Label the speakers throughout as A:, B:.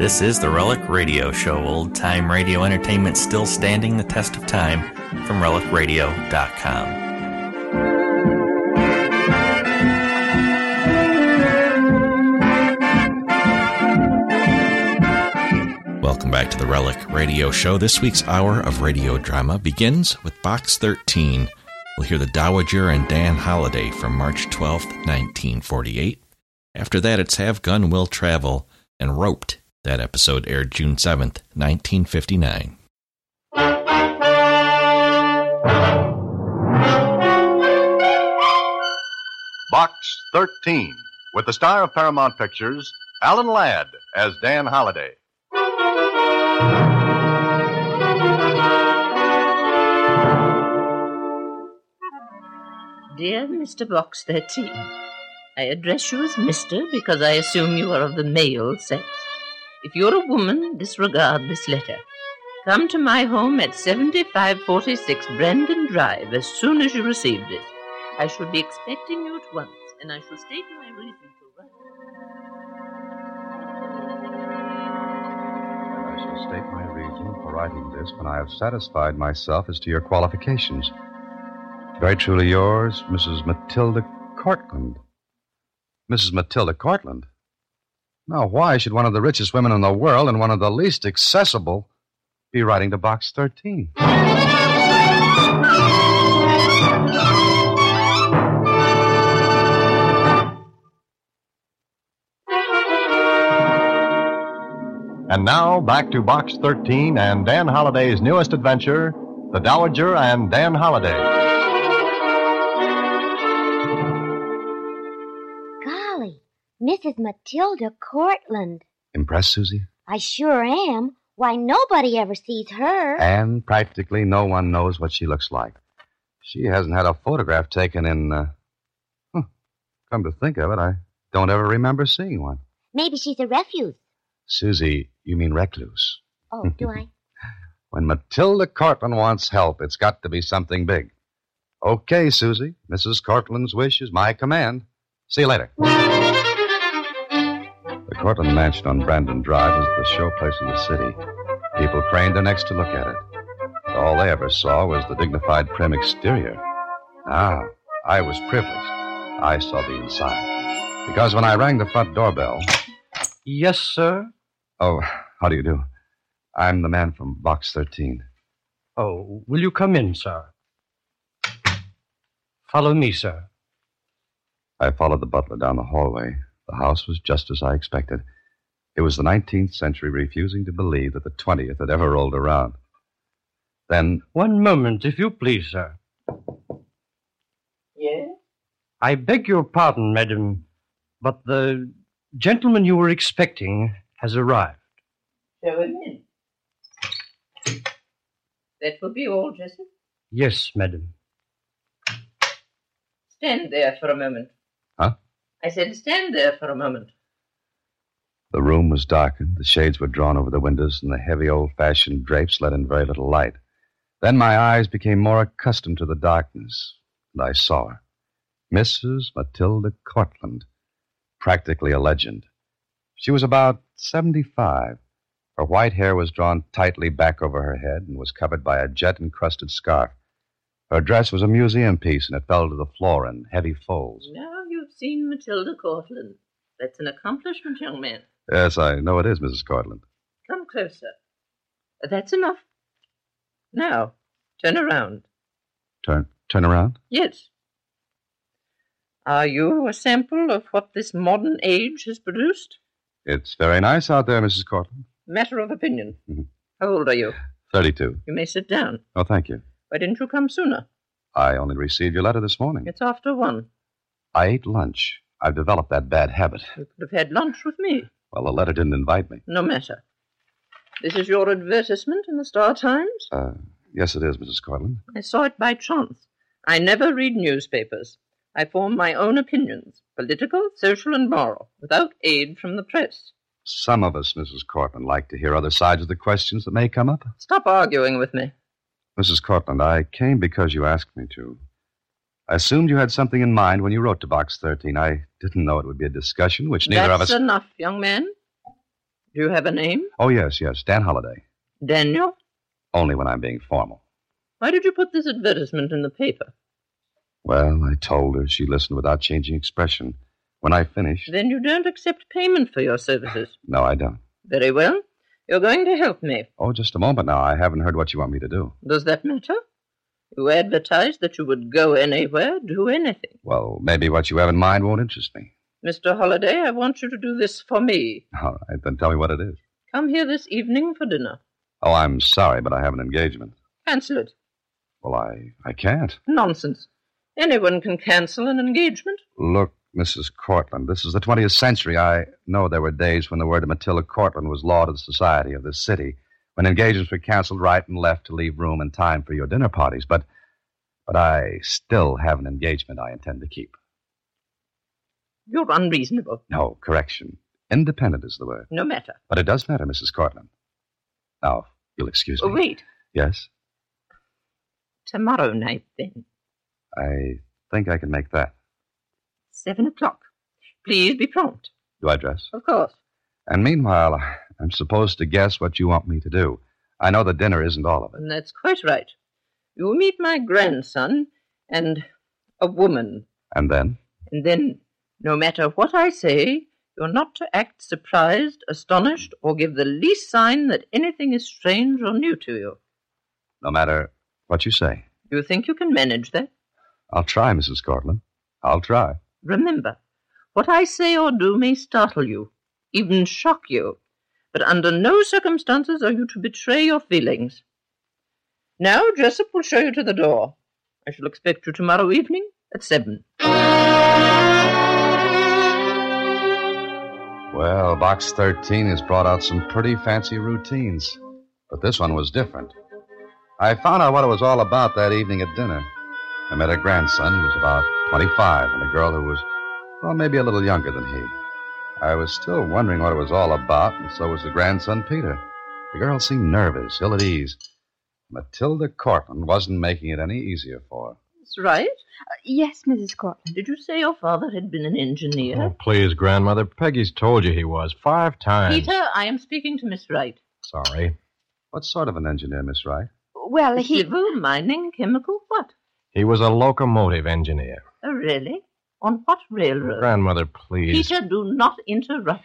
A: This is the Relic Radio Show, old time radio entertainment still standing the test of time from relicradio.com. Welcome back to the Relic Radio Show. This week's hour of radio drama begins with Box 13. We'll hear the Dowager and Dan Holiday from March 12th, 1948. After that, it's Have Gun Will Travel and Roped. That episode aired June 7th, 1959.
B: Box 13, with the star of Paramount Pictures, Alan Ladd, as Dan Holliday.
C: Dear Mr. Box 13, I address you as Mr. because I assume you are of the male sex. If you're a woman, disregard this letter. Come to my home at 7546 Brandon Drive as soon as you receive this. I shall be expecting you at once, and I shall state my reason for
B: I shall state my reason for writing this when I have satisfied myself as to your qualifications. Very truly yours, Mrs. Matilda Cortland. Mrs. Matilda Cortland? Now, why should one of the richest women in the world and one of the least accessible be writing to Box 13? And now back to Box 13 and Dan Holliday's newest adventure, The Dowager and Dan Holliday.
D: Golly, Mrs. Matilda Cortland.
B: Impressed, Susie?
D: I sure am. Why, nobody ever sees her.
B: And practically no one knows what she looks like. She hasn't had a photograph taken in. Uh, huh, come to think of it, I don't ever remember seeing one.
D: Maybe she's a refuse.
B: Susie, you mean recluse.
D: Oh, do I?
B: When Matilda Cortland wants help, it's got to be something big. Okay, Susie. Mrs. Cortland's wish is my command. See you later. The Cortland Mansion on Brandon Drive was the showplace of the city. People craned their necks to look at it. But all they ever saw was the dignified, prim exterior. Ah, I was privileged. I saw the inside. Because when I rang the front doorbell. Yes, sir? Oh, how do you do? I'm the man from Box 13.
E: Oh, will you come in, sir? Follow me, sir.
B: I followed the butler down the hallway. The house was just as I expected. It was the 19th century refusing to believe that the 20th had ever rolled around. Then,
E: One moment, if you please, sir.
C: Yes?
E: I beg your pardon, madam, but the gentleman you were expecting has arrived.
C: Show him in. That will be all, Jessup.
E: Yes, madam.
C: Stand there for a moment.
B: Huh?
C: I said stand there for a moment.
B: the room was darkened, the shades were drawn over the windows, and the heavy old fashioned drapes let in very little light. Then my eyes became more accustomed to the darkness, and I saw her. Mrs. Matilda Cortland, practically a legend. She was about 75. Her white hair was drawn tightly back over her head and was covered by a jet encrusted scarf. Her dress was a museum piece, and it fell to the floor in heavy folds.
C: Now you've seen Matilda Cortland. That's an accomplishment, young man.
B: Yes, I know it is, Mrs. Cortland.
C: Come closer. That's enough. Now, turn around.
B: Turn, turn around.
C: Yes. Are you a sample of what this modern age has produced?
B: It's very nice out there, Mrs. Cortland.
C: Matter of opinion.
B: Mhm.
C: How old are you?
B: 32.
C: You may sit down.
B: Oh, thank you.
C: Why didn't you come sooner?
B: I only received your letter this morning.
C: It's after one.
B: I ate lunch. I've developed that bad habit.
C: You could have had lunch with me.
B: Well, the letter didn't invite me.
C: No matter. This is your advertisement in the Star Times?
B: Uh, yes, it is, Mrs. Cortland.
C: I saw it by chance. I never read newspapers. I form my own opinions, political, social, and moral, without aid from the press.
B: Some of us, Mrs. Cortland, like to hear other sides of the questions that may come up.
C: Stop arguing with me.
B: Mrs. Cortland, I came because you asked me to. I assumed you had something in mind when you wrote to Box 13. I didn't know it would be a discussion, which neither
C: That's
B: of us.
C: enough, young man. Do you have a name?
B: Oh, yes, yes. Dan Holliday.
C: Daniel?
B: Only when I'm being formal.
C: Why did you put this advertisement in the paper?
B: Well, I told her. She listened without changing expression. When I finished.
C: Then you don't accept payment for your services.
B: No, I don't.
C: Very well. You're going to help me.
B: Oh, just a moment now. I haven't heard what you want me to do.
C: Does that matter? You advertised that you would go anywhere, do anything.
B: Well, maybe what you have in mind won't interest me.
C: Mr. Holliday, I want you to do this for me.
B: All right, then tell me what it is.
C: Come here this evening for dinner.
B: Oh, I'm sorry, but I have an engagement.
C: Cancel it.
B: Well, I, I can't.
C: Nonsense. Anyone can cancel an engagement.
B: Look, Mrs. Cortland, this is the 20th century. I know there were days when the word of Matilda Cortland was law to the society of this city, when engagements were canceled right and left to leave room and time for your dinner parties, but but I still have an engagement I intend to keep.
C: You're unreasonable.
B: No, correction. Independent is the word.
C: No matter.
B: But it does matter, Mrs. Cortland. Now, if you'll excuse me.
C: Oh, wait.
B: Yes,
C: Tomorrow night, then.
B: I think I can make that.
C: Seven o'clock. Please be prompt.
B: Do I dress?
C: Of course.
B: And meanwhile, I'm supposed to guess what you want me to do. I know the dinner isn't all of it.
C: And that's quite right. You meet my grandson and a woman.
B: And then?
C: And then, no matter what I say, you're not to act surprised, astonished, or give the least sign that anything is strange or new to you.
B: No matter what you say.
C: Do you think you can manage that?
B: I'll try, Mrs. Cortland. I'll try.
C: Remember, what I say or do may startle you, even shock you, but under no circumstances are you to betray your feelings. Now, Jessup will show you to the door. I shall expect you tomorrow evening at seven.
B: Well, Box 13 has brought out some pretty fancy routines, but this one was different. I found out what it was all about that evening at dinner. I met a grandson who was about 25 and a girl who was, well, maybe a little younger than he. I was still wondering what it was all about, and so was the grandson, Peter. The girl seemed nervous, ill at ease. Matilda Cortland wasn't making it any easier for her.
C: That's right.
D: Uh, Yes, Mrs. Cortland.
C: Did you say your father had been an engineer?
F: Oh, please, Grandmother. Peggy's told you he was five times.
C: Peter, I am speaking to Miss Wright.
F: Sorry.
B: What sort of an engineer, Miss Wright?
D: Well, he.
C: Civil, mining, chemical, what?
F: He was a locomotive engineer.
C: Oh, really? On what railroad?
F: Grandmother, please.
C: Peter, do not interrupt.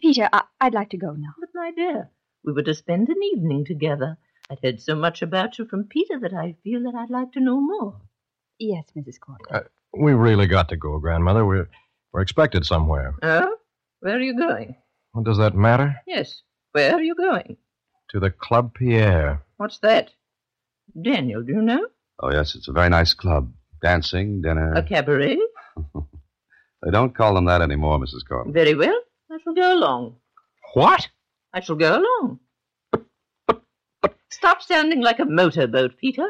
D: Peter, I, I'd like to go now.
C: But, my dear, we were to spend an evening together. I'd heard so much about you from Peter that I feel that I'd like to know more.
D: Yes, Mrs. Cortland.
F: We really got to go, Grandmother. We're, we're expected somewhere.
C: Oh? Where are you going?
F: What does that matter?
C: Yes. Where are you going?
F: To the Club Pierre.
C: What's that? Daniel, do you know?
B: Oh, yes, it's a very nice club. Dancing, dinner.
C: A cabaret?
B: They don't call them that anymore, Mrs. Cortland.
C: Very well. I shall go along.
F: What?
C: I shall go along. Stop sounding like a motorboat, Peter.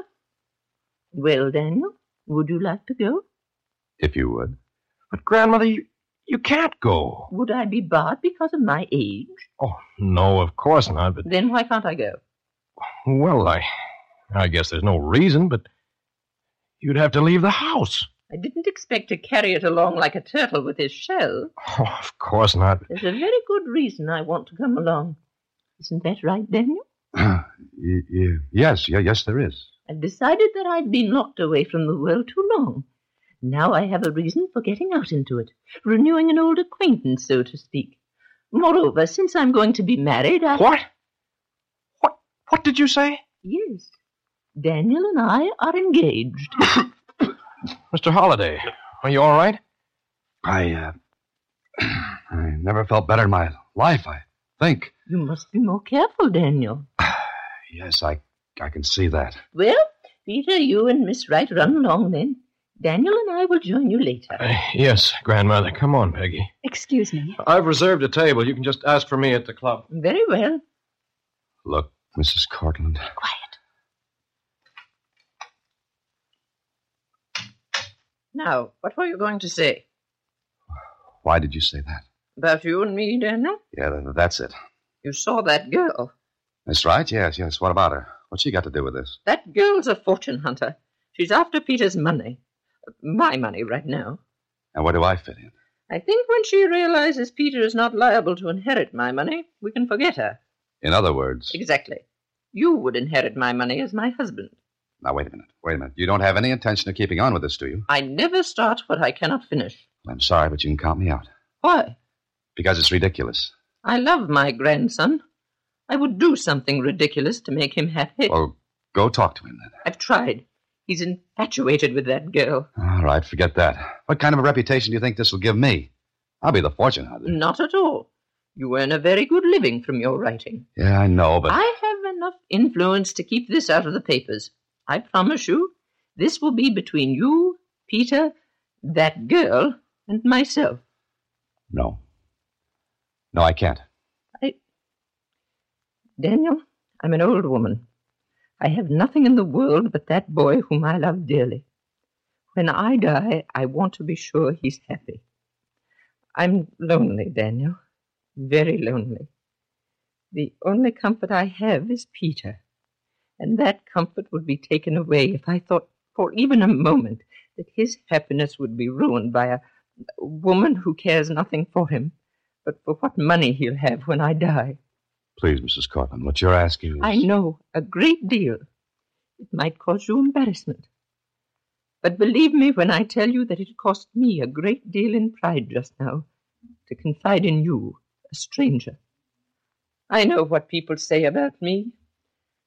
C: Well, Daniel, would you like to go?
B: If you would.
F: But, Grandmother, you, you can't go.
C: Would I be barred because of my age?
F: Oh, no, of course not. But,
C: Then why can't I go?
F: well, I, I guess there's no reason, but you'd have to leave the house.
C: I didn't expect to carry it along like a turtle with his shell.
F: Oh, of course not.
C: There's a very good reason I want to come along. Isn't that right, Daniel?
B: Y- Uh, y- yes, y- yes, there is.
C: I've decided that I've been locked away from the world too long. Now I have a reason for getting out into it, renewing an old acquaintance, so to speak. Moreover, since I'm going to be married, I.
F: What? What? What did you say?
C: Yes. Daniel and I are engaged.
F: Mr. Holliday, are you all right?
B: I, uh, I never felt better in my life, I think.
C: you must be more careful, Daniel.
B: Yes, I, I can see that.
C: Well, Peter, you and Miss Wright run along then. Daniel and I will join you later.
F: Uh, yes, Grandmother. Come on, Peggy.
D: Excuse me.
F: I've reserved a table. You can just ask for me at the club.
C: Very well.
B: Look, Mrs. Cortland.
C: Now, what were you going to say?
B: Why did you say that?
C: About you and me, Daniel?
B: Yeah, th- that's it.
C: You saw that girl.
B: That's right. Yes, yes. What about her? What's she got to do with this?
C: That girl's a fortune hunter. She's after Peter's money. My money right now.
B: And where do I fit in?
C: I think when she realizes Peter is not liable to inherit my money, we can forget her.
B: In other words.
C: Exactly. You would inherit my money as my husband.
B: Now, wait a minute. Wait a minute. You don't have any intention of keeping on with this, do you?
C: I never start what I cannot finish.
B: I'm sorry, but you can count me out.
C: Why?
B: Because it's ridiculous.
C: I love my grandson. I would do something ridiculous to make him happy.
B: Well, go talk to him then.
C: I've tried. He's infatuated with that girl.
B: All right, forget that. What kind of a reputation do you think this will give me? I'll be the fortune hunter.
C: Not at all. You earn a very good living from your writing.
B: Yeah, I know, but.
C: I have enough influence to keep this out of the papers. I promise you, this will be between you, Peter, that girl, and myself.
B: No. No, I can't.
C: Daniel, I'm an old woman. I have nothing in the world but that boy whom I love dearly. When I die, I want to be sure he's happy. I'm lonely, Daniel. Very lonely. The only comfort I have is Peter. And that comfort would be taken away if I thought for even a moment that his happiness would be ruined by a, a woman who cares nothing for him, but for what money he'll have when I die.
B: Please, Mrs. Cortland, what you're asking is.
C: I know a great deal. It might cause you embarrassment. But believe me when I tell you that it cost me a great deal in pride just now to confide in you, a stranger. I know what people say about me.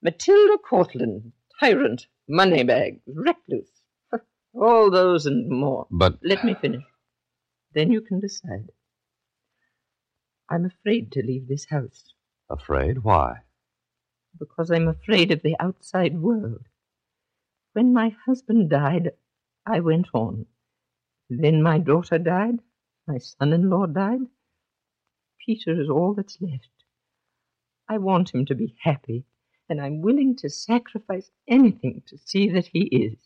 C: Matilda Cortland, tyrant, moneybag, recluse, all those and more.
B: But.
C: Let me finish. Then you can decide. I'm afraid to leave this house
B: Afraid? Why?
C: because I'm afraid of the outside world. When my husband died, I went on. Then my daughter died, my son in law died. Peter is all that's left. I want him to be happy, and I'm willing to sacrifice anything to see that he is.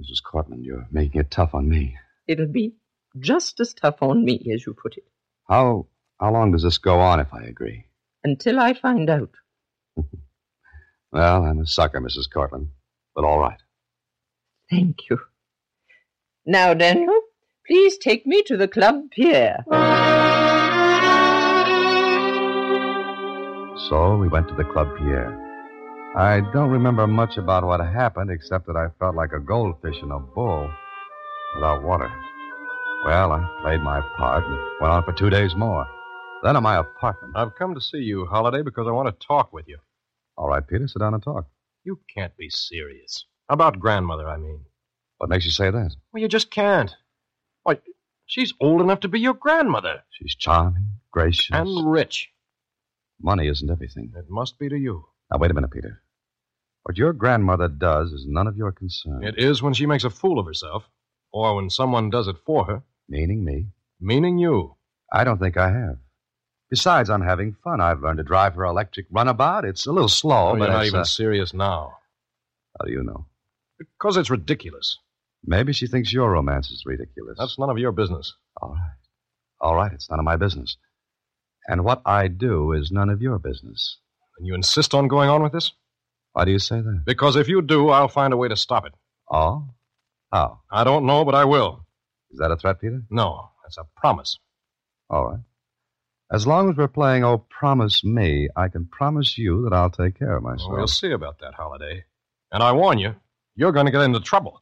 B: Mrs. Cortland, you're making it tough on me.
C: It'll be just as tough on me, as you put it,
B: How. How long does this go on if I agree?
C: until I find out.
B: Well, I'm a sucker, Mrs. Cortland. But all right.
C: Thank you. Now, Daniel, please take me to the club pier.
B: So we went to the Club Pierre. I don't remember much about what happened, except that I felt like a goldfish in a bowl without water. Well, I played my part and went on for two days more. Then at my apartment.
F: I've come to see you, Holiday, because I want to talk with you.
B: All right, Peter, sit down and talk.
F: You can't be serious. About grandmother, I mean.
B: What makes you say that?
F: Well, you just can't. Why, she's old enough to be your grandmother
B: She's charming, gracious.
F: and rich.
B: money isn't everything.
F: It must be to you.
B: Now, wait a minute, Peter. What your grandmother does is none of your concern.
F: It is when she makes a fool of herself, or when someone does it for her,
B: Meaning me?
F: meaning you.
B: I don't think I have. Besides, I'm having fun. I've learned to drive her electric runabout. It's a little slow,
F: Oh,
B: but
F: you're not
B: it's,
F: even
B: uh,
F: serious now.
B: How do you know?
F: Because it's ridiculous.
B: Maybe she thinks your romance is ridiculous.
F: That's none of your business.
B: all right. All right, it's none of my business. And what I do is none of your business.
F: And you insist on going on with this?
B: Why do you say that?
F: Because if you do, I'll find a way to stop it.
B: Oh? How?
F: I don't know, but I will.
B: Is that a threat, Peter?
F: No, that's a promise.
B: All right. As long as we're playing Oh Promise Me, I can promise you that I'll take care of myself.
F: We'll see about that holiday. Oh, And I warn you, you're going to get into trouble.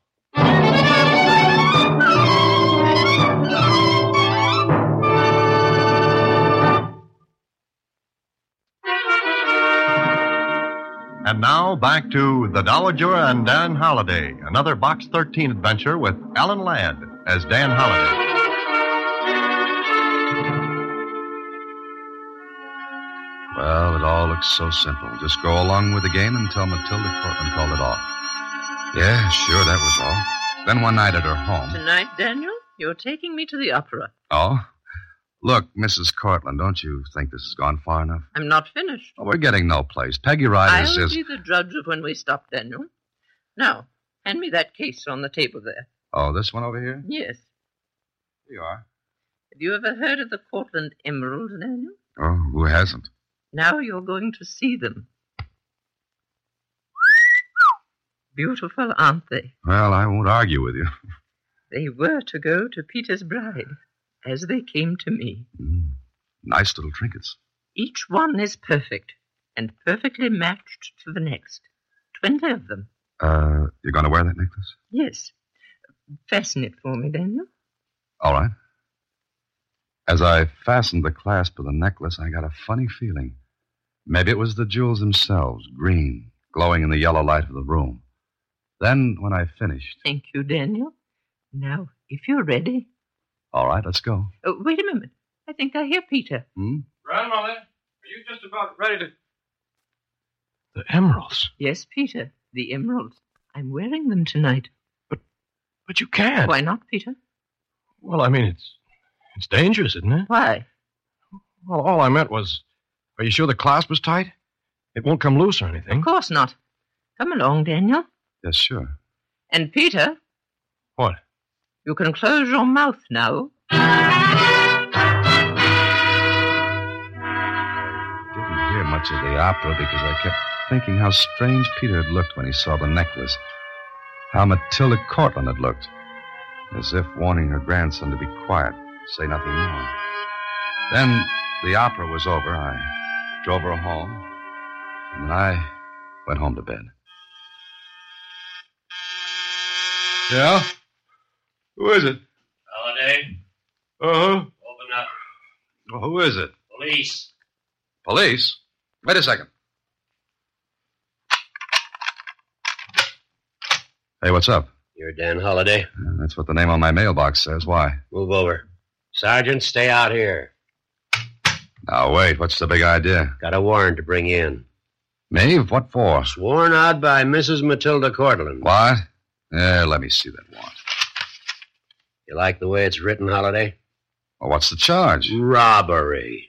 G: And now back to The Dowager and Dan Holliday, another Box 13 adventure with Alan Ladd as Dan Holliday.
B: Well, it all looks so simple. Just go along with the game and tell Matilda Cortland called it off. Yeah, sure, that was all. Then one night at her home.
C: Tonight, Daniel, you're taking me to the opera.
B: Oh? Look, Mrs. Cortland, don't you think this has gone far enough?
C: I'm not finished.
B: Well, we're getting no place. Peggy Riders
C: I'll
B: is.
C: be the judge of when we stop, Daniel. Now, hand me that case on the table there.
B: Oh, this one over here?
C: Yes.
B: Here you are.
C: Have you ever heard of the Cortland Emerald, Daniel?
B: Oh, who hasn't?
C: Now you're going to see them. Beautiful, aren't they?
B: Well, I won't argue with you.
C: They were to go to Peter's bride, as they came to me.
B: Mm. Nice little trinkets.
C: Each one is perfect, and perfectly matched to the next. Twenty of them.
B: Uh, you're going to wear that necklace?
C: Yes. Fasten it for me, Daniel.
B: All right. As I fastened the clasp of the necklace, I got a funny feeling. Maybe it was the jewels themselves, green, glowing in the yellow light of the room. Then, when I finished,
C: Thank you, Daniel. Now, if you're ready.
B: all right, let's go.
C: Oh, wait a moment. I think I hear Peter.
B: Hmm?
H: Grandmother, are you just about ready to.
F: The emeralds.
C: Yes, Peter. The emeralds. I'm wearing them tonight.
F: But you can't.
C: Why not, Peter?
F: Well, I mean, it's it's dangerous, isn't it?
C: Why?
F: Well, all I meant was, are you sure the clasp was tight? It won't come loose or anything.
C: Of course not. Come along, Daniel.
B: Yes, sure.
C: And Peter,
F: What?
C: you can close your mouth now.
B: Didn't hear much of the opera because I kept thinking how strange Peter had looked when he saw the necklace. How Matilda Cortland had looked. As if warning her grandson to be quiet, say nothing more. Then the opera was over. I drove her home. And then I went home to bed.
F: Yeah? Who is it?
H: Holiday,
F: Uh huh.
H: open up.
B: Uh-huh. who is it?
H: Police.
B: Police? Wait a second. Hey, what's up?
H: You're Dan Holiday.
B: Uh, That's what the name on my mailbox says. Why?
H: Move over. Sergeant, stay out here.
B: Now, wait. What's the big idea?
H: Got a warrant to bring in.
B: Maeve, what for?
H: Sworn out by Mrs. Matilda Cortland.
B: What? Yeah, let me see that warrant.
H: You like the way it's written, Holiday?
B: Well, what's the charge?
H: Robbery.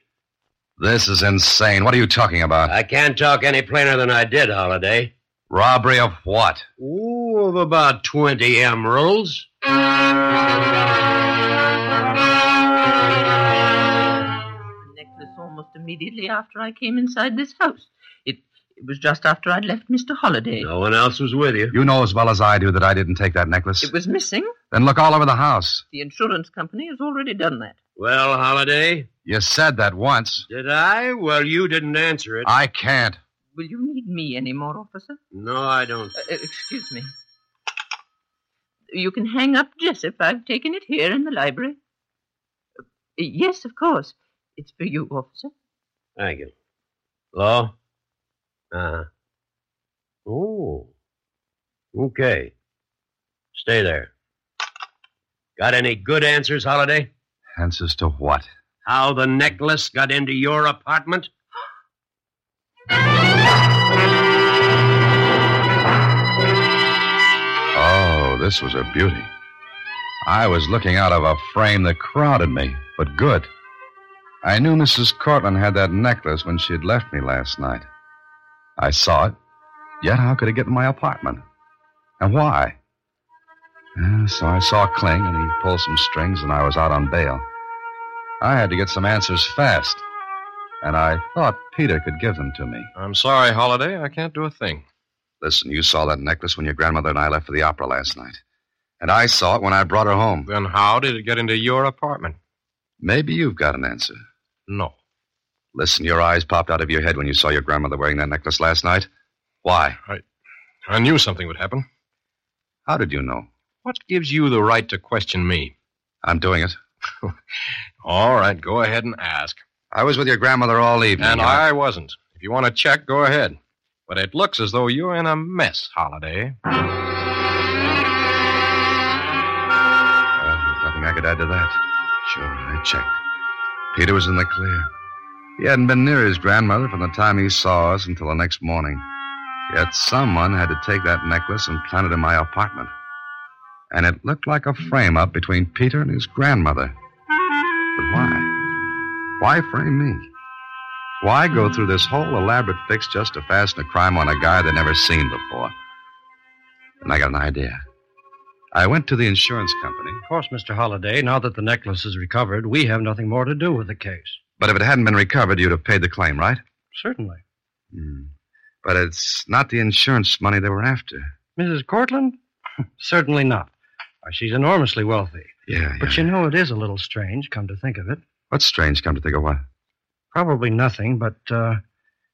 B: This is insane. What are you talking about?
H: I can't talk any plainer than I did, Holiday.
B: Robbery of what?
H: Ooh, of about 20 emeralds.
C: The necklace almost immediately after I came inside this house. It, it was just after I'd left Mr. Holliday.
H: No one else was with you.
B: You know as well as I do that I didn't take that necklace.
C: It was missing.
B: Then look all over the house.
C: The insurance company has already done that.
H: Well, Holiday,
B: You said that once.
H: did I? Well, you didn't answer it.
B: I can't.
C: Will you need me any more, officer?
H: No, I don't.
C: Uh, uh, excuse me. You can hang up Jessup. I've taken it here in the library. Uh, yes, of course. It's for you, officer.
H: Thank you. Hello? Uh-huh. Oh. Okay. Stay there. Got any good answers, Holiday?
B: Answers to what?
H: How the necklace got into your apartment?
B: Oh, this was a beauty. I was looking out of a frame that crowded me, but good. I knew Mrs. Cortland had that necklace when she had left me last night. I saw it, yet how could it get in my apartment? And why? Uh, So I saw Kling, and he pulled some strings, and I was out on bail. I had to get some answers fast, and I thought Peter could give them to me.
F: I'm sorry, Holiday. I can't do a thing.
B: Listen, you saw that necklace when your grandmother and I left for the opera last night. And I saw it when I brought her home.
F: Then how did it get into your apartment?
B: Maybe you've got an answer.
F: No.
B: Listen, your eyes popped out of your head when you saw your grandmother wearing that necklace last night. Why?
F: I knew something would happen.
B: How did you know?
F: What gives you the right to question me?
B: I'm doing it.
F: All right, go ahead and ask.
B: I was with your grandmother all evening.
F: And I wasn't. If you want to check, go ahead. But it looks as though you're in a mess, Holiday.
B: Well, there's nothing I could add to that. Sure, I checked. Peter was in the clear. He hadn't been near his grandmother from the time he saw us until the next morning. Yet someone had to take that necklace and plant it in my apartment. And it looked like a frame up between Peter and his grandmother. But why? Why frame me? Why go through this whole elaborate fix just to fasten a crime on a guy they'd never seen before? And I got an idea. I went to the insurance company.
E: Of course, Mr. Holliday, now that the necklace is recovered, we have nothing more to do with the case.
B: But if it hadn't been recovered, you'd have paid the claim, right?
E: Certainly.
B: But it's not the insurance money they were after.
E: Mrs. Cortland? Certainly not. Why, she's enormously wealthy.
B: Yeah, yeah.
E: But you know, it is a little strange, come to think of it.
B: What's strange, come to think of what?
E: Probably nothing, but uh,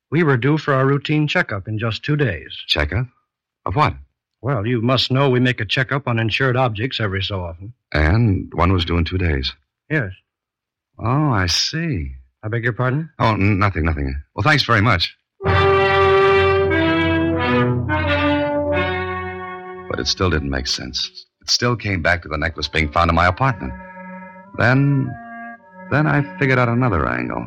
E: we were due for our routine checkup in just two days.
B: Checkup? Of what?
E: Well, you must know we make a checkup on insured objects every so often.
B: And one was due in two days.
E: Yes.
B: Oh, I see.
E: I beg your pardon?
B: Oh, n- nothing, nothing. Well, thanks very much. But it still didn't make sense. It still came back to the necklace being found in my apartment. Then, then I figured out another angle.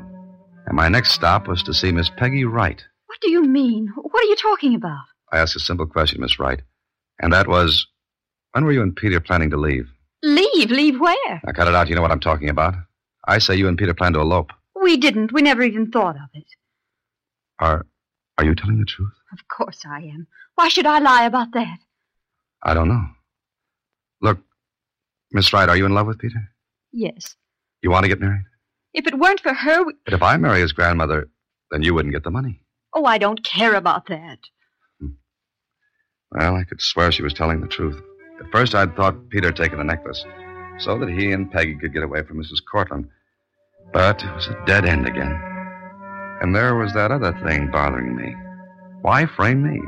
B: And my next stop was to see Miss Peggy Wright.
I: What do you mean? What are you talking about?
B: I asked a simple question, Miss Wright. And that was, when were you and Peter planning to leave?
I: Leave? Leave where?
B: Now, cut it out. You know what I'm talking about. I say you and Peter planned to elope.
I: We didn't. We never even thought of it.
B: Are, are you telling the truth?
I: Of course I am. Why should I lie about that?
B: I don't know. Look, Miss Wright, are you in love with Peter?
I: Yes.
B: You want to get married?
I: If it weren't for her, we...
B: But if I marry his grandmother, then you wouldn't get the money.
I: oh, I don't care about that.
B: Well, I could swear she was telling the truth. At first, I'd thought Peter had taken the necklace so that he and Peggy could get away from Mrs. Cortland. But it was a dead end again. And there was that other thing bothering me. Why frame me?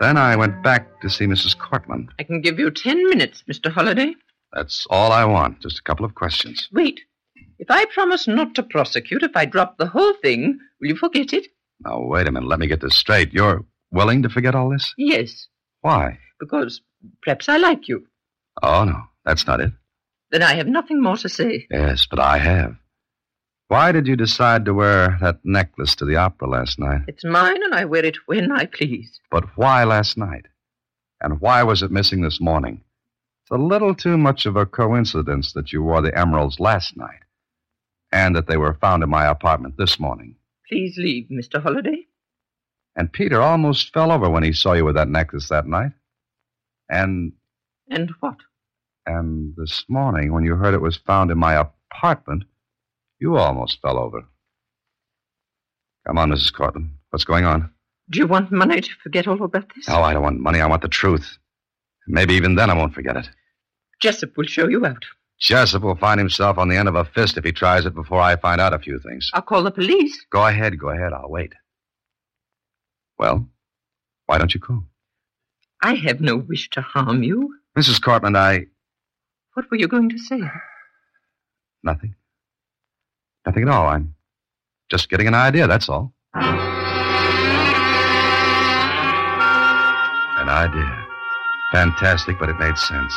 B: Then I went back to see Mrs. Cortland.
C: I can give you ten minutes, Mr. Holliday.
B: That's all I want, just a couple of questions.
C: Wait. If I promise not to prosecute, if I drop the whole thing, will you forget it?
B: Now, wait a minute, let me get this straight. You're willing to forget all this?
C: Yes,
B: Why?
C: because perhaps I like you.
B: Oh, no, that's not it.
C: Then I have nothing more to say.
B: Yes, but I have. Why did you decide to wear that necklace to the opera last night?
C: It's mine, and I wear it when I please.
B: But why last night? And why was it missing this morning? It's a little too much of a coincidence that you wore the emeralds last night and that they were found in my apartment this morning.
C: Please leave, Mr. Holliday.
B: And Peter almost fell over when he saw you with that necklace that night. And
C: And what?
B: and this morning when you heard it was found in my apartment, you almost fell over. Come on, Mrs. Cortland. What's going on?
C: Do you want money to forget all about this?
B: No, I don't want money. I want the truth. Maybe even then I won't forget it.
C: Jessup will show you out.
B: Jessup will find himself on the end of a fist if he tries it before I find out a few things.
C: I'll call the police.
B: Go ahead, go ahead. I'll wait. Well, why don't you call?
C: I have no wish to harm you.
B: Mrs. Cortland, I.
C: What were you going to say?
B: Nothing. Nothing at all. I'm just getting an idea, that's all. An idea. Fantastic, but it made sense.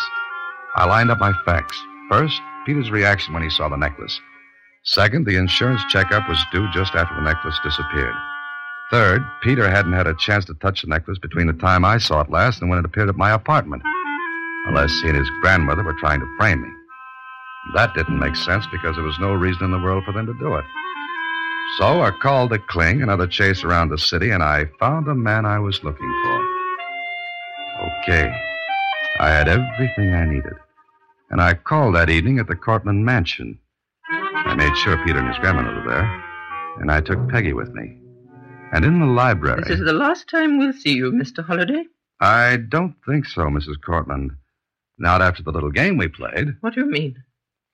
B: I lined up my facts. First, Peter's reaction when he saw the necklace. Second, the insurance checkup was due just after the necklace disappeared. Third, Peter hadn't had a chance to touch the necklace between the time I saw it last and when it appeared at my apartment. Unless he and his grandmother were trying to frame me. That didn't make sense because there was no reason in the world for them to do it. So I called the Kling, another chase around the city, and I found the man I was looking for. Okay. I had everything I needed. And I called that evening at the Cortland Mansion. I made sure Peter and his grandmother were there. And I took Peggy with me. And in the library.
C: This is the last time we'll see you, Mr. Holliday.
B: I don't think so, Mrs. Cortland. Not after the little game we played.
C: What do you mean?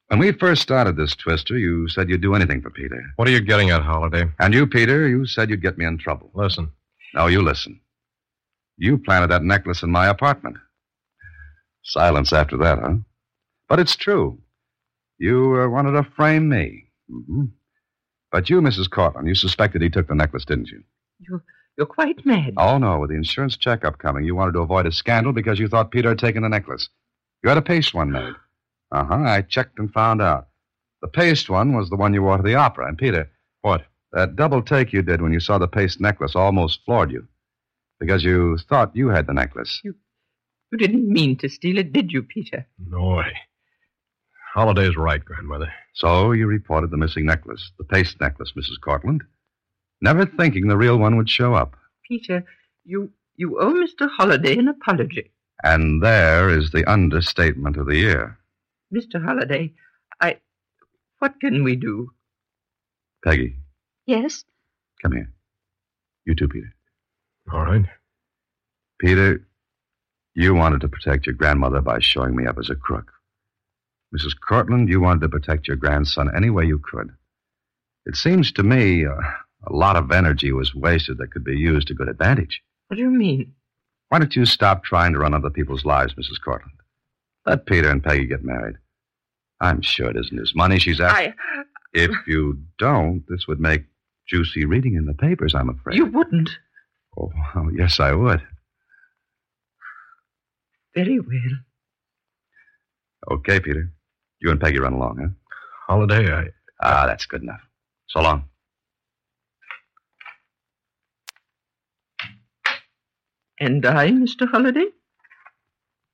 B: When we first started this twister, you said you'd do anything for Peter.
J: What are you getting at, Holiday?
B: And you, Peter, you said you'd get me in trouble.
J: Listen,
B: Now, you listen. You planted that necklace in my apartment. Silence after that, huh? But it's true. You uh, wanted to frame me. hmm But you, Mrs. Cortland, you suspected he took the necklace, didn't you?
C: You're quite mad.
B: Oh, no. With the insurance checkup coming, you wanted to avoid a scandal because you thought Peter had taken the necklace. You had a paste one made. Uh huh. I checked and found out. The paste one was the one you wore to the opera. And, Peter. What? That double take you did when you saw the paste necklace almost floored you because you thought you had the necklace.
C: You didn't mean to steal it, did you, Peter?
J: no way. Holiday's right, Grandmother.
B: So you reported the missing necklace, the paste necklace, Mrs. Cortland, never thinking the real one would show up.
C: Peter, you you owe Mr. Holliday an apology.
B: And there is the understatement of the year.
C: Mr. Holliday, I what can we do?
B: Peggy,
I: Yes?
B: come here. You too, Peter.
J: All right.
B: Peter, You wanted to protect your grandmother by showing me up as a crook. Mrs. Cortland, you wanted to protect your grandson any way you could. It seems to me uh, a lot of energy was wasted that could be used to good advantage.
C: What do you mean?
B: Why don't you stop trying to run other people's lives, Mrs. Cortland? Let Peter and Peggy get married. I'm sure it isn't his money she's after.
C: I.
B: If you don't, this would make juicy reading in the papers, I'm afraid.
C: You wouldn't.
B: Oh, well, yes, I would.
C: Very well.
B: Okay, Peter. You and Peggy run along, huh?
G: Holiday, I.
B: Ah, that's good enough. So long.
C: And I, Mr. Holliday?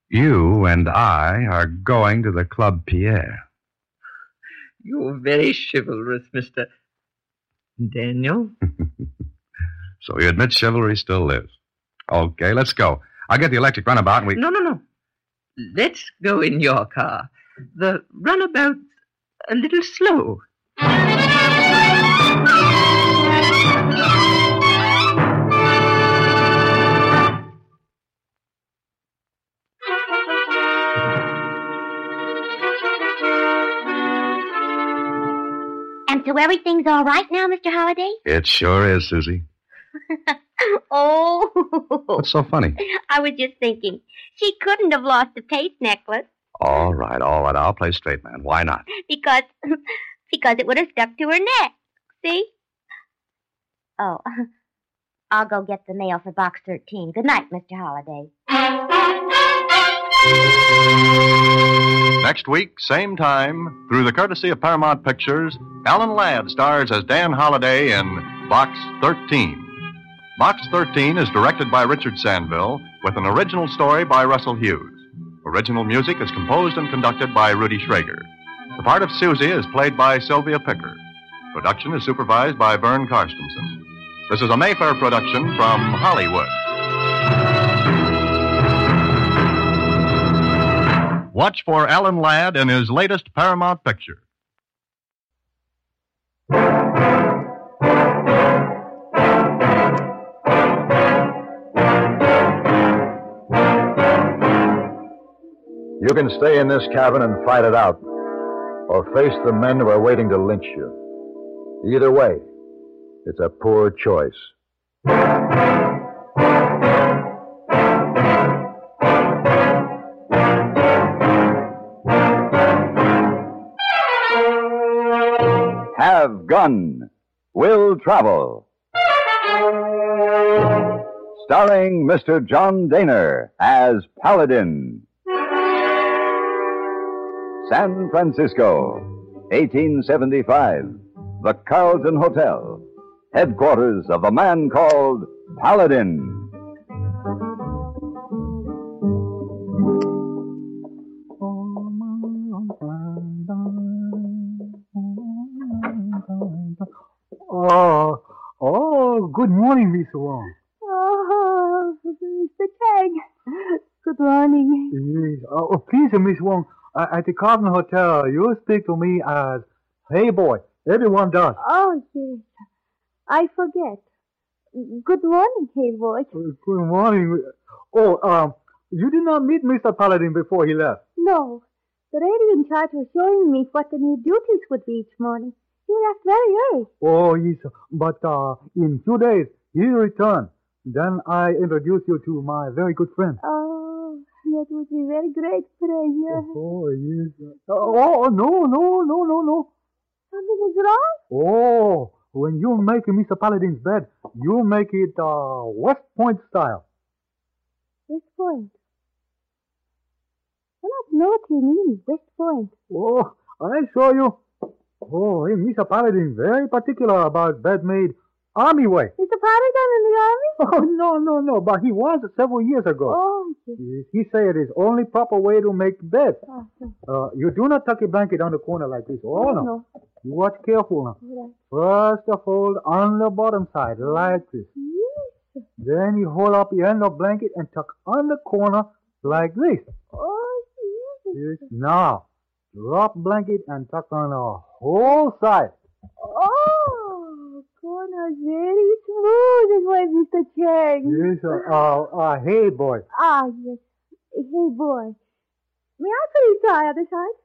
B: You and I are going to the Club Pierre.
C: You're very chivalrous, Mr. Daniel.
B: So you admit chivalry still lives. Okay, let's go. I'll get the electric runabout and we.
C: No, no, no. Let's go in your car. The runabout's a little slow.
D: And so everything's all right now, Mr. Holliday?
B: It sure is, Susie.
D: Oh,
B: What's so funny?
D: I was just thinking. She couldn't have lost the paste necklace
B: All right, all right. I'll play straight man. Why not?
D: because because it would have stuck to her neck. See? Oh, I'll go get the mail for box 13. Good night, Mr. Holliday.
G: Next week, same time, through the courtesy of Paramount Pictures, Alan Ladd stars as Dan Holliday in Box 13. Box 13 is directed by Richard Sandville with an original story by Russell Hughes. Original music is composed and conducted by Rudy Schrager. The part of Susie is played by Sylvia Picker. Production is supervised by Vern Karstensen. This is a Mayfair production from Hollywood. Watch for Alan Ladd in his latest Paramount picture.
K: You can stay in this cabin and fight it out, or face the men who are waiting to lynch you. Either way, it's a poor choice. Have Gun Will Travel. Starring Mr. John Daner as Paladin. San Francisco, 1875. The Carlton Hotel, headquarters of a man called Paladin.
L: Oh, oh, good morning, Miss Wong.
M: Oh, Mr. Tang. Good morning.
L: Yes. Oh, oh, please, Miss Wong, uh, at the Carlton Hotel, you speak to me as hey boy. Everyone does.
M: Oh, yes. I forget. Good morning, Haywood.
L: Good morning. Oh, um, you did not meet Mr. Paladin before he left.
M: No, the radio in charge was showing me what the new duties would be each morning. He left very early.
L: Oh, yes, but uh, in two days he returned. Then I introduce you to my very good friend.
M: Oh, that would be very great pleasure.
L: Oh, yes. Oh, no, no, no, no, no.
M: Something is wrong?
L: Oh, when you make Mr. Paladin's bed, you make it uh, West Point style.
M: West Point. I don't know what you mean, West Point.
L: Oh, I show you. Oh, hey, Mr. Paladin very particular about bed made army way.
M: Is the pilot down in the army?
L: Oh, no, no, no, but he was several years ago.
M: Oh, yes.
L: Yes, He said it is only proper way to make bed.
M: Oh, no.
L: Uh, you do not tuck a blanket on the corner like this. Oh, no. You watch careful now.
M: no.
L: First of all, on the bottom side, like this.
M: Yes.
L: Then you hold up the end of blanket and tuck on the corner like this.
M: Oh, yes.
L: Yes. Now, drop blanket and tuck on the whole side.
M: Oh, corner very smooth is what Mr. Chang.
L: ah. Yes, uh, uh, uh, hey boy.
M: Ah, yes. Hey, boy. May I please try other side?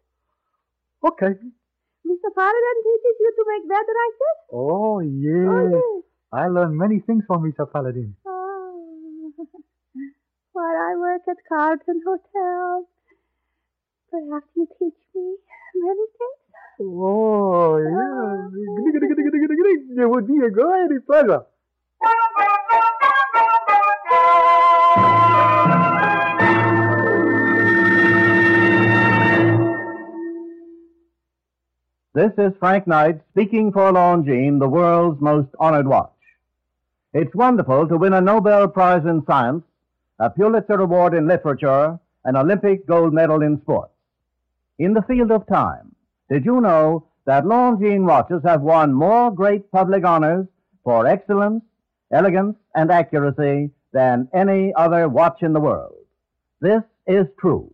L: Okay.
M: Mr. Paladin teaches you to make better, I said.
L: Oh, yes. I learned many things from Mr. Paladin.
M: Oh. While I work at Carlton Hotel, perhaps you teach me many things.
L: Oh, yes. It would be a great pleasure.
N: This is Frank Knight speaking for Longines, the world's most honored watch. It's wonderful to win a Nobel Prize in Science, a Pulitzer Award in Literature, an Olympic gold medal in sports. In the field of time, did you know that Longines watches have won more great public honors for excellence, elegance, and accuracy than any other watch in the world? This is true.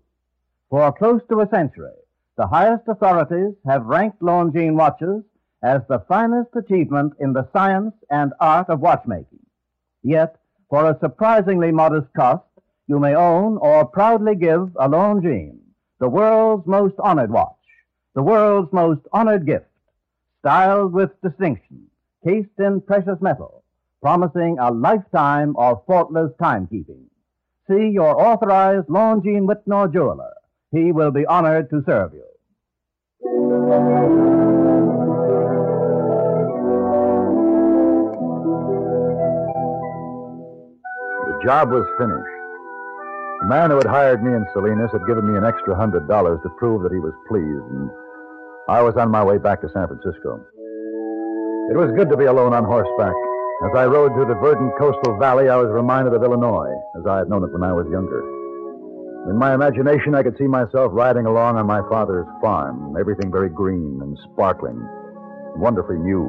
N: For close to a century, the highest authorities have ranked Longines watches as the finest achievement in the science and art of watchmaking. Yet, for a surprisingly modest cost, you may own or proudly give a Longines, the world's most honored watch, the world's most honored gift, styled with distinction, cased in precious metal, promising a lifetime of faultless timekeeping. See your authorized Longines Whitnor jeweler. He will be honored to serve you.
O: The job was finished. The man who had hired me in Salinas had given me an extra hundred dollars to prove that he was pleased, and I was on my way back to San Francisco. It was good to be alone on horseback. As I rode through the verdant coastal valley, I was reminded of Illinois, as I had known it when I was younger. In my imagination, I could see myself riding along on my father's farm, everything very green and sparkling, wonderfully new.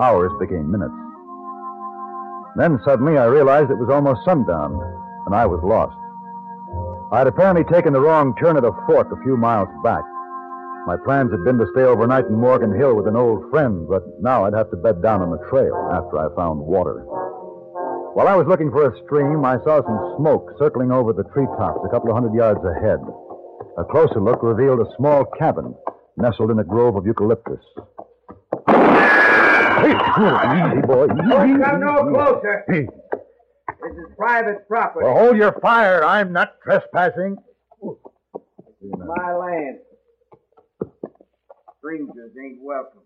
O: Hours became minutes. Then suddenly I realized it was almost sundown, and I was lost. I had apparently taken the wrong turn at a fork a few miles back. My plans had been to stay overnight in Morgan Hill with an old friend, but now I'd have to bed down on the trail after I found water. While I was looking for a stream, I saw some smoke circling over the treetops a couple of hundred yards ahead. A closer look revealed a small cabin nestled in a grove of eucalyptus. Hey, easy boy.
P: Don't come no closer.
O: Hey,
P: This is private property.
O: well, hold your fire. I'm not trespassing.
P: This is my land. Strangers ain't welcome.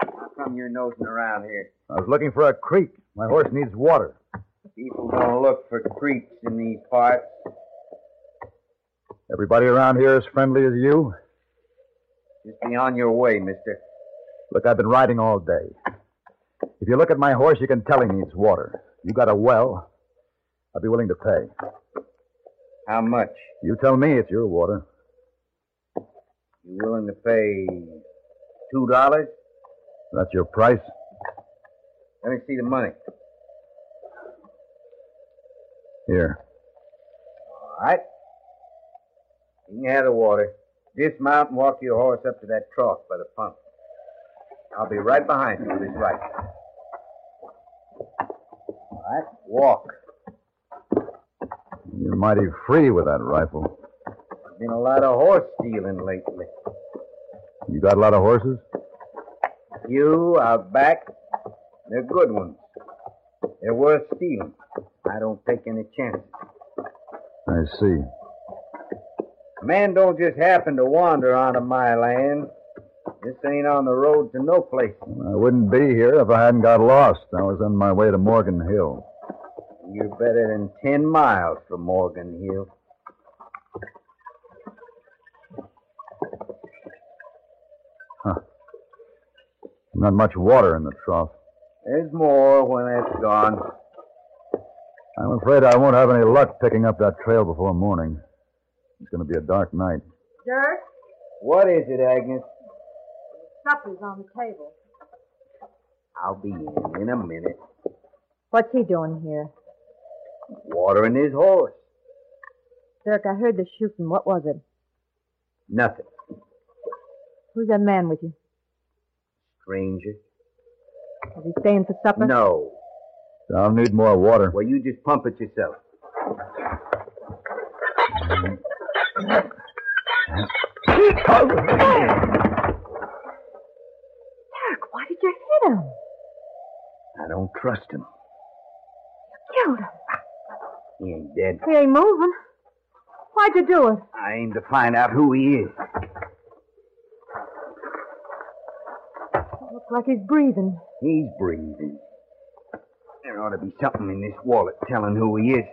P: How come you're nosing around here?
O: I was looking for a creek. My horse needs water.
P: People don't look for creeks in these parts.
O: Everybody around here as friendly as you.
P: Just be on your way, mister.
O: Look, I've been riding all day. If you look at my horse, you can tell he needs water. You got a well. I'd be willing to pay.
P: How much?
O: You tell me it's your water.
P: You willing to pay two dollars?
O: That's your price.
P: Let me see the money.
O: Here.
P: All right. You can have the water. Dismount and walk your horse up to that trough by the pump. I'll be right behind you with his right. All right, walk.
O: You're mighty free with that rifle.
P: There's been a lot of horse stealing lately.
O: You got a lot of horses?
P: You out back. They're good ones. They're worth stealing. I don't take any chances.
O: I see.
P: A man don't just happen to wander onto my land. This ain't on the road to no place.
O: I wouldn't be here if I hadn't got lost. I was on my way to Morgan Hill.
P: You're better than ten miles from Morgan Hill.
O: Not much water in the trough.
P: There's more when that's gone.
O: I'm afraid I won't have any luck picking up that trail before morning. It's going to be a dark night.
M: Sir,
P: What is it, Agnes?
M: supper's on the table.
P: I'll be in in a minute.
Q: What's he doing here?
P: Watering his horse.
Q: Dirk, I heard the shooting. What was it?
P: Nothing.
Q: Who's that man with you?
P: Stranger.
Q: Is he staying for supper?
P: No.
O: I'll need more water.
P: Well, you just pump it yourself.
M: Eric, why did you hit him?
P: I don't trust him.
M: Killed him.
P: He ain't dead.
Q: He ain't moving. Why'd you do it?
P: I aim to find out who he is.
Q: Looks like he's breathing.
P: He's breathing. There ought to be something in this wallet telling who he is.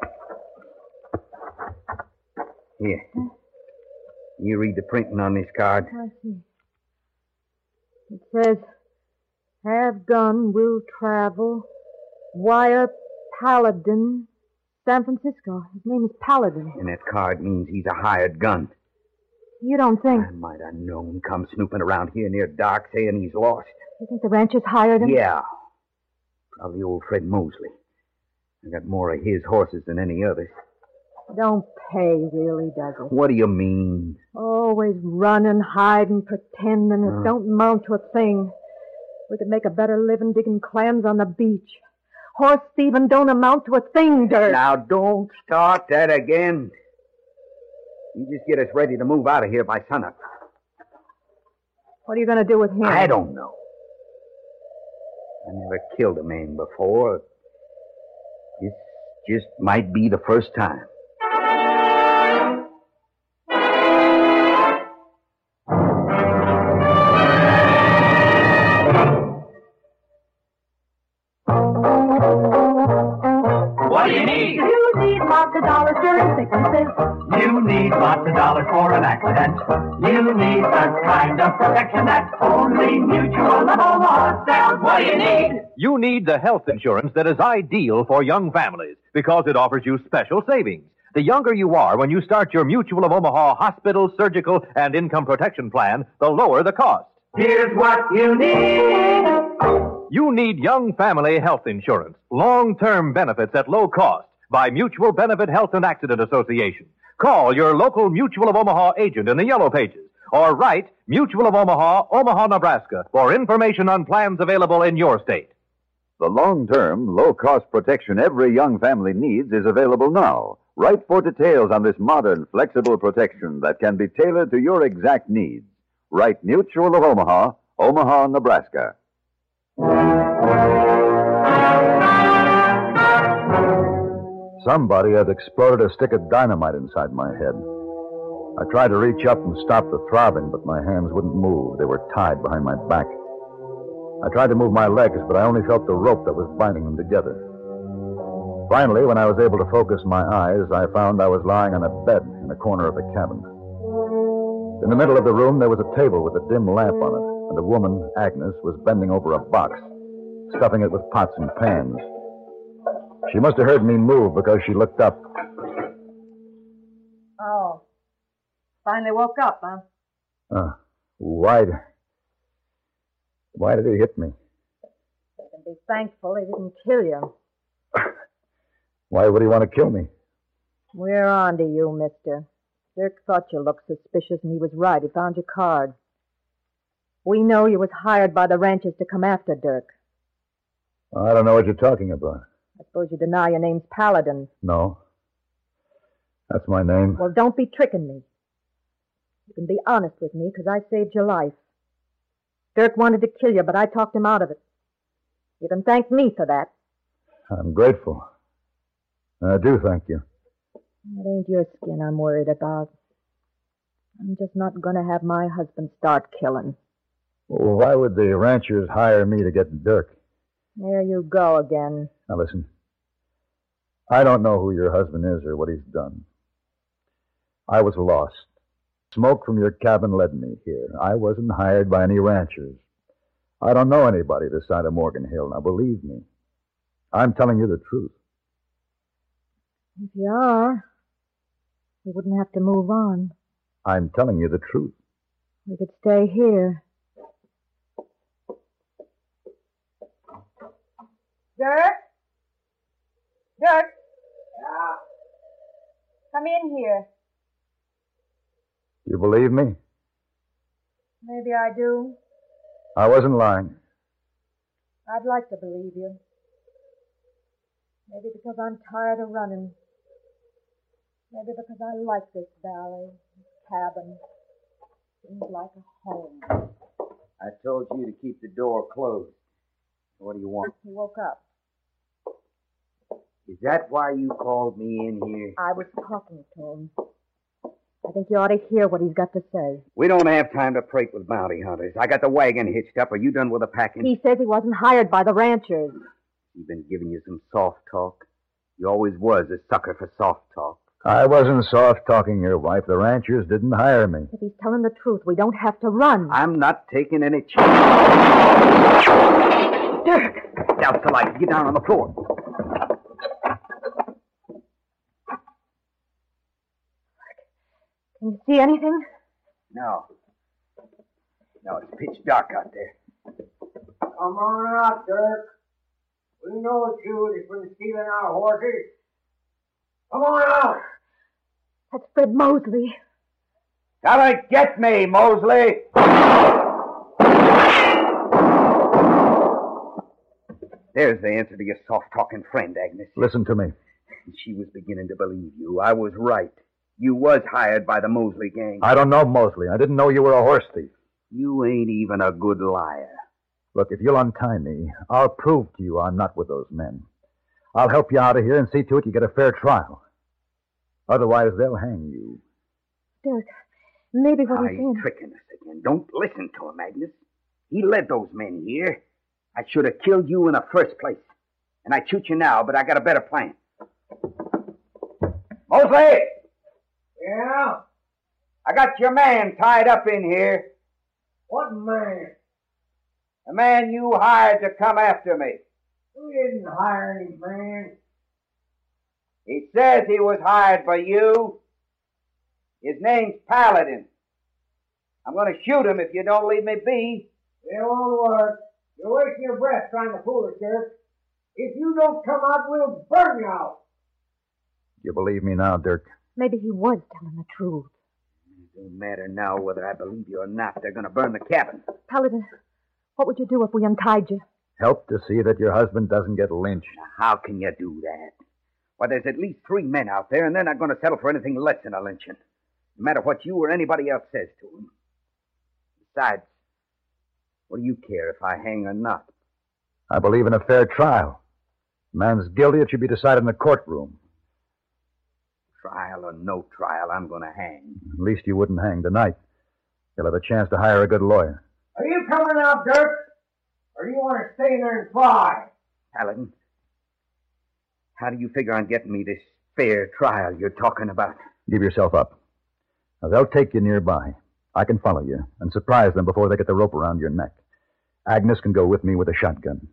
P: Here. You read the printing on this card.
Q: I see. It says, have gun, will travel, wire paladin, San Francisco. His name is Paladin.
P: And that card means he's a hired gun.
Q: You don't think?
P: I might have known come snooping around here near dark saying he's lost.
Q: You think the ranchers hired him?
P: Yeah. Probably old Fred Mosley. I got more of his horses than any others.
Q: Don't pay, really, does it?
P: What do you mean?
Q: Always running, hiding, pretending. It
P: Huh.
Q: don't amount to a thing. We could make a better living digging clams on the beach. Horse thieving don't amount to a thing, Dirk.
P: Now, don't start that again. You just get us ready to move out of here by sunup.
Q: What are you going to do with him?
P: I don't know. I never killed a man before. This just might be the first time.
R: What do you need? You need lots of dollars during sicknesses. You need lots of dollars for an accident. You need the kind of protection that only Mutual of Omaha sells. What do you need?
S: You need the health insurance that is ideal for young families because it offers you special savings. The younger you are when you start your Mutual of Omaha hospital, surgical, and income protection plan, the lower the cost.
R: Here's what you need.
S: You need young family health insurance, long term benefits at low cost by Mutual Benefit Health and Accident Association. Call your local Mutual of Omaha agent in the Yellow Pages or write Mutual of Omaha, Omaha, Nebraska for information on plans available in your state.
K: The long term, low cost protection every young family needs is available now. Write for details on this modern, flexible protection that can be tailored to your exact needs. Write Mutual of Omaha, Omaha, Nebraska.
O: Somebody had exploded a stick of dynamite inside my head. I tried to reach up and stop the throbbing, but my hands wouldn't move. They were tied behind my back. I tried to move my legs, but I only felt the rope that was binding them together. Finally, when I was able to focus my eyes, I found I was lying on a bed in the corner of the cabin. In the middle of the room, there was a table with a dim lamp on it, and a woman, Agnes, was bending over a box, stuffing it with pots and pans. She must have heard me move because she looked up.
Q: Oh. Finally woke up, huh?
O: Uh, why? d- Why did he hit me?
Q: You can be thankful he didn't kill you.
O: Why would he want to kill me?
Q: We're on to you, mister. Dirk thought you looked suspicious, and he was right. He found your card. We know you was hired by the ranchers to come after Dirk.
O: I don't know what you're talking about.
Q: I suppose you deny your name's Paladin.
O: No. That's my name.
Q: Well, don't be tricking me. You can be honest with me, because I saved your life. Dirk wanted to kill you, but I talked him out of it. You can thank me for that.
O: I'm grateful. I do thank you.
Q: It ain't your skin I'm worried about. I'm just not going to have my husband start killing.
O: Well, why would the ranchers hire me to get Dirk?
Q: There you go again.
O: Now, listen. I don't know who your husband is or what he's done. I was lost. Smoke from your cabin led me here. I wasn't hired by any ranchers. I don't know anybody this side of Morgan Hill. Now, believe me, I'm telling you the truth.
Q: If you are, we wouldn't have to move on.
O: I'm telling you the truth.
Q: We could stay here.
M: Dirk? Dirk? Come in here.
O: You believe me?
Q: Maybe I do.
O: I wasn't lying.
Q: I'd like to believe you. Maybe because I'm tired of running.
M: Maybe because I like this valley, this cabin. Seems like a home.
P: I told you to keep the door closed. What do you want?
M: He woke up.
P: Is that why you called me in here?
Q: I was talking to him. I think you ought to hear what he's got to say.
P: We don't have time to prate with bounty hunters. I got the wagon hitched up. Are you done with the packing?
Q: He says he wasn't hired by the ranchers.
P: He's been giving you some soft talk. You always was a sucker for soft talk.
O: I wasn't soft talking your wife. The ranchers didn't hire me.
Q: If he's telling the truth, we don't have to run.
P: I'm not taking any chance. Dirk! Douse the light. Get down on the floor.
Q: Can you see anything?
P: No. No, it's pitch dark out there.
T: Come on out, Dirk. We know Jude has been stealing our horses. Come on out.
Q: That's Fred Mosley.
P: Come and get me, Mosley. There's the answer to your soft talking friend, Agnes.
O: Listen to me.
P: She was beginning to believe you. I was right. You was hired by the Mosley gang.
O: I don't know Mosley. I didn't know you were a horse thief.
P: You ain't even a good liar.
O: Look, if you'll untie me, I'll prove to you I'm not with those men. I'll help you out of here and see to it you get a fair trial. Otherwise, they'll hang you.
Q: Dirk, maybe what
P: Ah,
Q: he's saying.
P: he's tricking us again. Don't listen to him, Agnes. He led those men here. I should have killed you in the first place. And I'd shoot you now, but I got a better plan. Mosley!
T: Yeah?
P: I got your man tied up in here.
T: What man?
P: The man you hired to come after me.
T: We didn't hire any man.
P: He says he was hired by you. His name's Paladin. I'm going to shoot him if you don't leave me be.
T: It won't work. You're wasting your breath trying to fool us, Dirk. If you don't come out, we'll burn you out.
O: You believe me now, Dirk?
Q: Maybe he was telling the truth.
P: It don't matter now whether I believe you or not. They're going to burn the cabin.
Q: Paladin, what would you do if we untied you?
O: Help to see that your husband doesn't get lynched.
P: How can you do that? Why, there's at least three men out there, and they're not going to settle for anything less than a lynching. No matter what you or anybody else says to them. Besides, what do you care if I hang or not?
O: I believe in a fair trial. Man's guilty, it should be decided in the courtroom.
P: Trial or no trial, I'm going to hang.
O: At least you wouldn't hang tonight. You'll have a chance to hire a good lawyer.
T: Are you coming out, Dirk? Or you want to stay there and fly?
P: Paladin, how do you figure on getting me this fair trial you're talking about?
O: Give yourself up. Now, they'll take you nearby. I can follow you and surprise them before they get the rope around your neck. Agnes can go with me with a shotgun.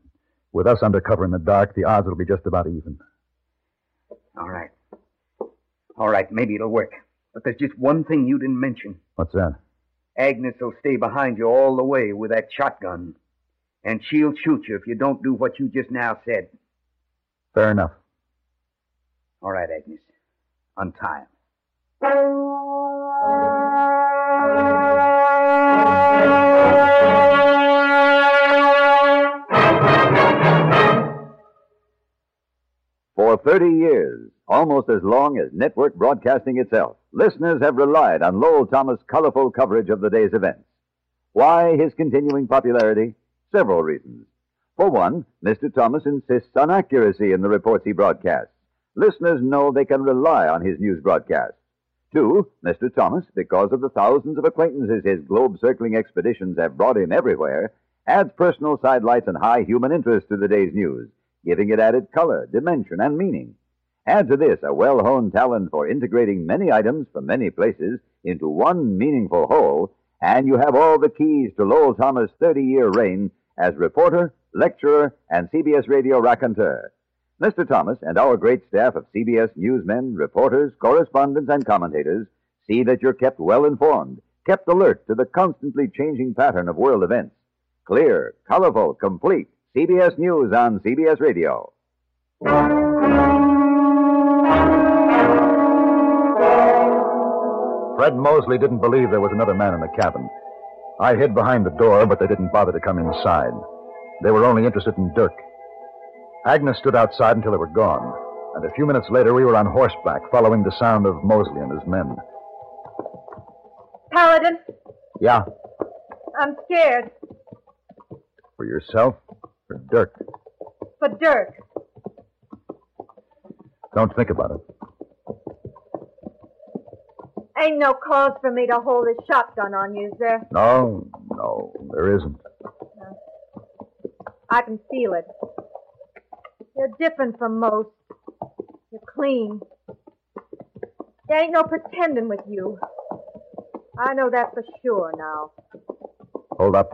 O: With us under cover in the dark, the odds will be just about even.
P: All right. All right, maybe it'll work. But there's just one thing you didn't mention.
O: What's that?
P: Agnes will stay behind you all the way with that shotgun. And she'll shoot you if you don't do what you just now said.
O: Fair enough.
P: All right, Agnes. Untie him.
K: For 30 years, almost as long as network broadcasting itself, listeners have relied on Lowell Thomas' colorful coverage of the day's events. Why his continuing popularity? Several reasons. For one, Mr. Thomas insists on accuracy in the reports he broadcasts. Listeners know they can rely on his news broadcasts. Two, Mr. Thomas, because of the thousands of acquaintances his globe circling expeditions have brought him everywhere, adds personal sidelights and high human interest to the day's news, giving it added color, dimension, and meaning. Add to this a well honed talent for integrating many items from many places into one meaningful whole, and you have all the keys to Lowell Thomas' 30 year reign as reporter, lecturer, and CBS radio raconteur. Mr. Thomas and our great staff of CBS newsmen, reporters, correspondents, and commentators see that you're kept well informed, kept alert to the constantly changing pattern of world events. Clear, colorful, complete CBS News on CBS Radio.
O: Fred Mosley didn't believe there was another man in the cabin. I hid behind the door, but they didn't bother to come inside. They were only interested in Dirk. Agnes stood outside until they were gone. And a few minutes later, we were on horseback, following the sound of Mosley and his men.
Q: Paladin,
O: Yeah,
Q: I'm scared.
O: for yourself, for Dirk.
Q: For Dirk.
O: Don't think about it.
Q: Ain't no cause for me to hold this shotgun on you, is there?
O: No, no, there isn't.
Q: I can feel it. You're different from most. You're clean. There ain't no pretending with you. I know that for sure now.
O: Hold up.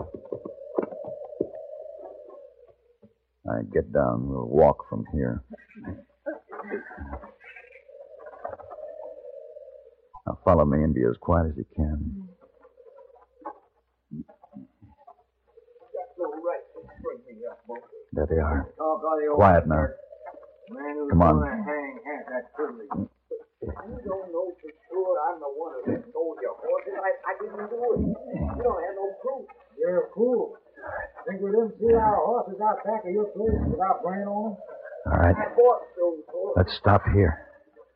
O: All right, get down. We'll walk from here. Now follow me and be as quiet as you can. There they are. Quiet now. Come on.
T: You're a fool. Think we didn't see our horses out back of your place without brand on them?
O: All right.
T: I bought those horses.
O: Let's stop here.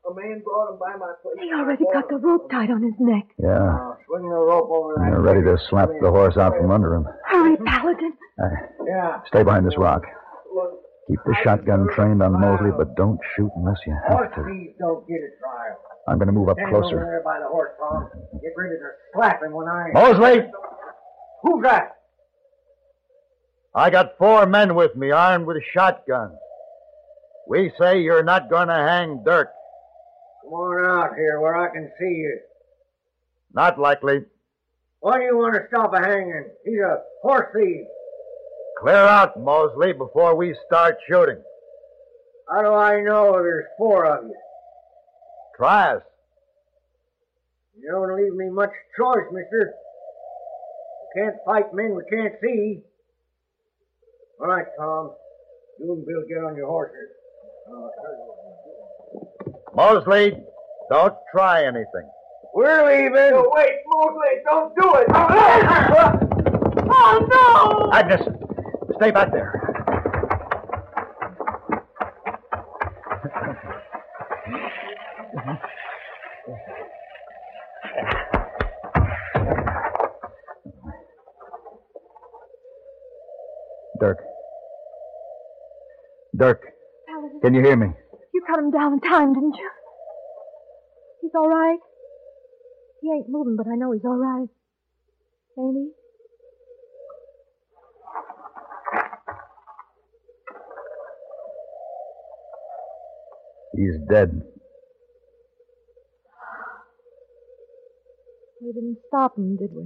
T: A man brought them by my place.
I: He already got the rope tied on his neck.
O: Yeah.
T: Swing the rope over
O: They're ready to slap the horse out from under him.
I: Hurry, Paladin.
O: Uh,
T: Yeah.
O: stay behind this rock. Keep the shotgun trained on Mosley, but don't shoot unless you have
T: Horse
O: to.
T: thieves don't get a trial.
O: I'm going to move up
T: Stand over
O: closer.
T: there by the horse farm. Get ready to slap him when I.
U: Mosley!
T: Who's that?
U: I got four men with me armed with shotguns. We say you're not going to hang Dirk.
T: Come on out here where I can see you.
U: Not likely.
T: Why do you want to stop a hanging? He's a horse thief.
U: Clear out, Mosley, before we start shooting.
T: How do I know there's four of you?
U: Try us.
T: You don't leave me much choice, mister. We can't fight men we can't see. All right, Tom. You and Bill get on your horses.
U: Mosley, don't try anything.
T: We're leaving. wait, Mosley, don't do it. Oh,
U: Agnes, stay back there.
O: Dirk. Dirk,
I: Paladin,
O: can you hear me?
I: you cut him down in time, didn't you? He's all right. He ain't moving, but I know he's all right. Ain't he?
O: He's dead.
I: We didn't stop him, did we?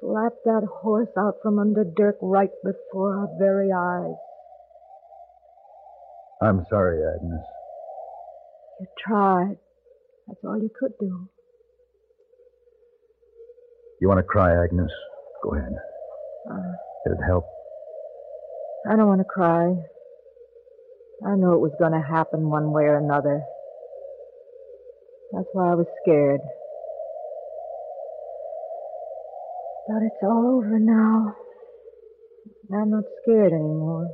I: Slapped that horse out from under Dirk right before our very eyes.
O: I'm sorry, Agnes.
I: You tried. That's all you could do.
O: You want to cry, Agnes? Go ahead.
I: Uh,
O: It'd help.
Q: I don't want to cry. I knew it was going to happen one way or another. That's why I was scared. But it's all over now. I'm not scared anymore.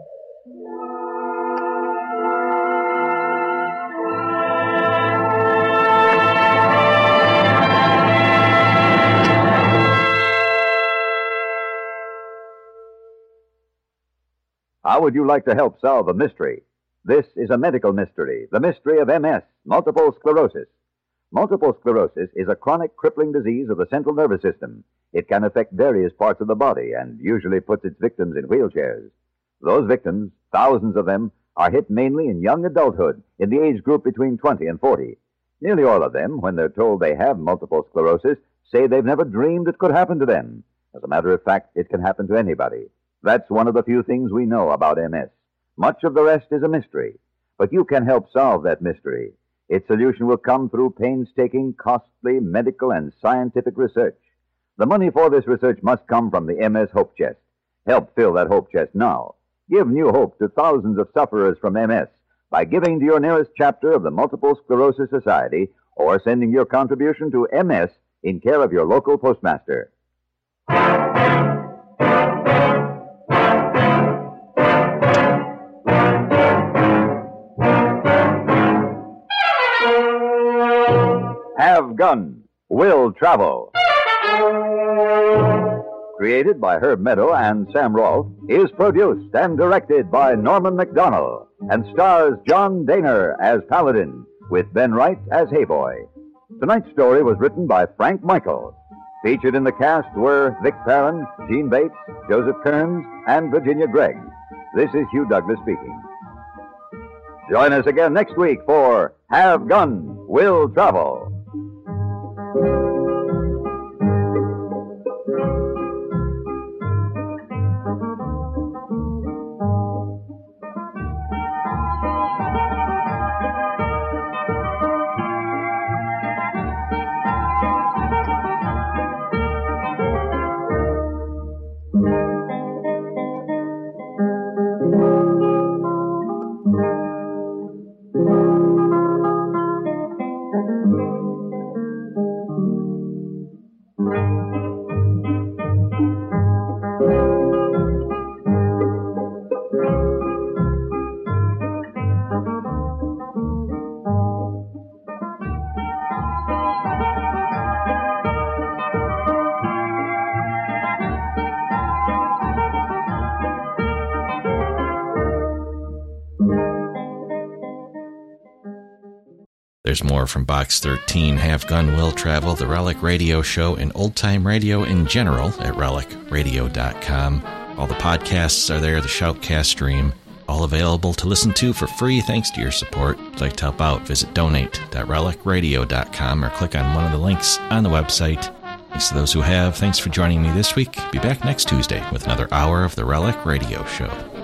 K: How would you like to help solve a mystery? This is a medical mystery, the mystery of MS, multiple sclerosis. Multiple sclerosis is a chronic crippling disease of the central nervous system. It can affect various parts of the body and usually puts its victims in wheelchairs. Those victims, thousands of them, are hit mainly in young adulthood, in the age group between 20 and 40. Nearly all of them, when they're told they have multiple sclerosis, say they've never dreamed it could happen to them. As a matter of fact, it can happen to anybody. That's one of the few things we know about MS. Much of the rest is a mystery, but you can help solve that mystery. Its solution will come through painstaking, costly medical and scientific research. The money for this research must come from the MS Hope Chest. Help fill that hope chest now. Give new hope to thousands of sufferers from MS by giving to your nearest chapter of the Multiple Sclerosis Society or sending your contribution to MS in care of your local postmaster. Have Gun, Will Travel. Created by Herb Meadow and Sam Rolfe, is produced and directed by Norman McDonald and stars John Daner as Paladin with Ben Wright as Hayboy. Tonight's story was written by Frank Michael. Featured in the cast were Vic Perrin, Gene Bates, Joseph Kearns, and Virginia Gregg. This is Hugh Douglas speaking. Join us again next week for Have Gun, Will Travel.
A: There's more from Box 13, Have Gun Will Travel, The Relic Radio Show, and old time radio in general at relicradio.com. All the podcasts are there, the Shoutcast stream, all available to listen to for free thanks to your support. If you'd like to help out, visit donate.relicradio.com or click on one of the links on the website. Thanks to those who have. Thanks for joining me this week. Be back next Tuesday with another hour of The Relic Radio Show.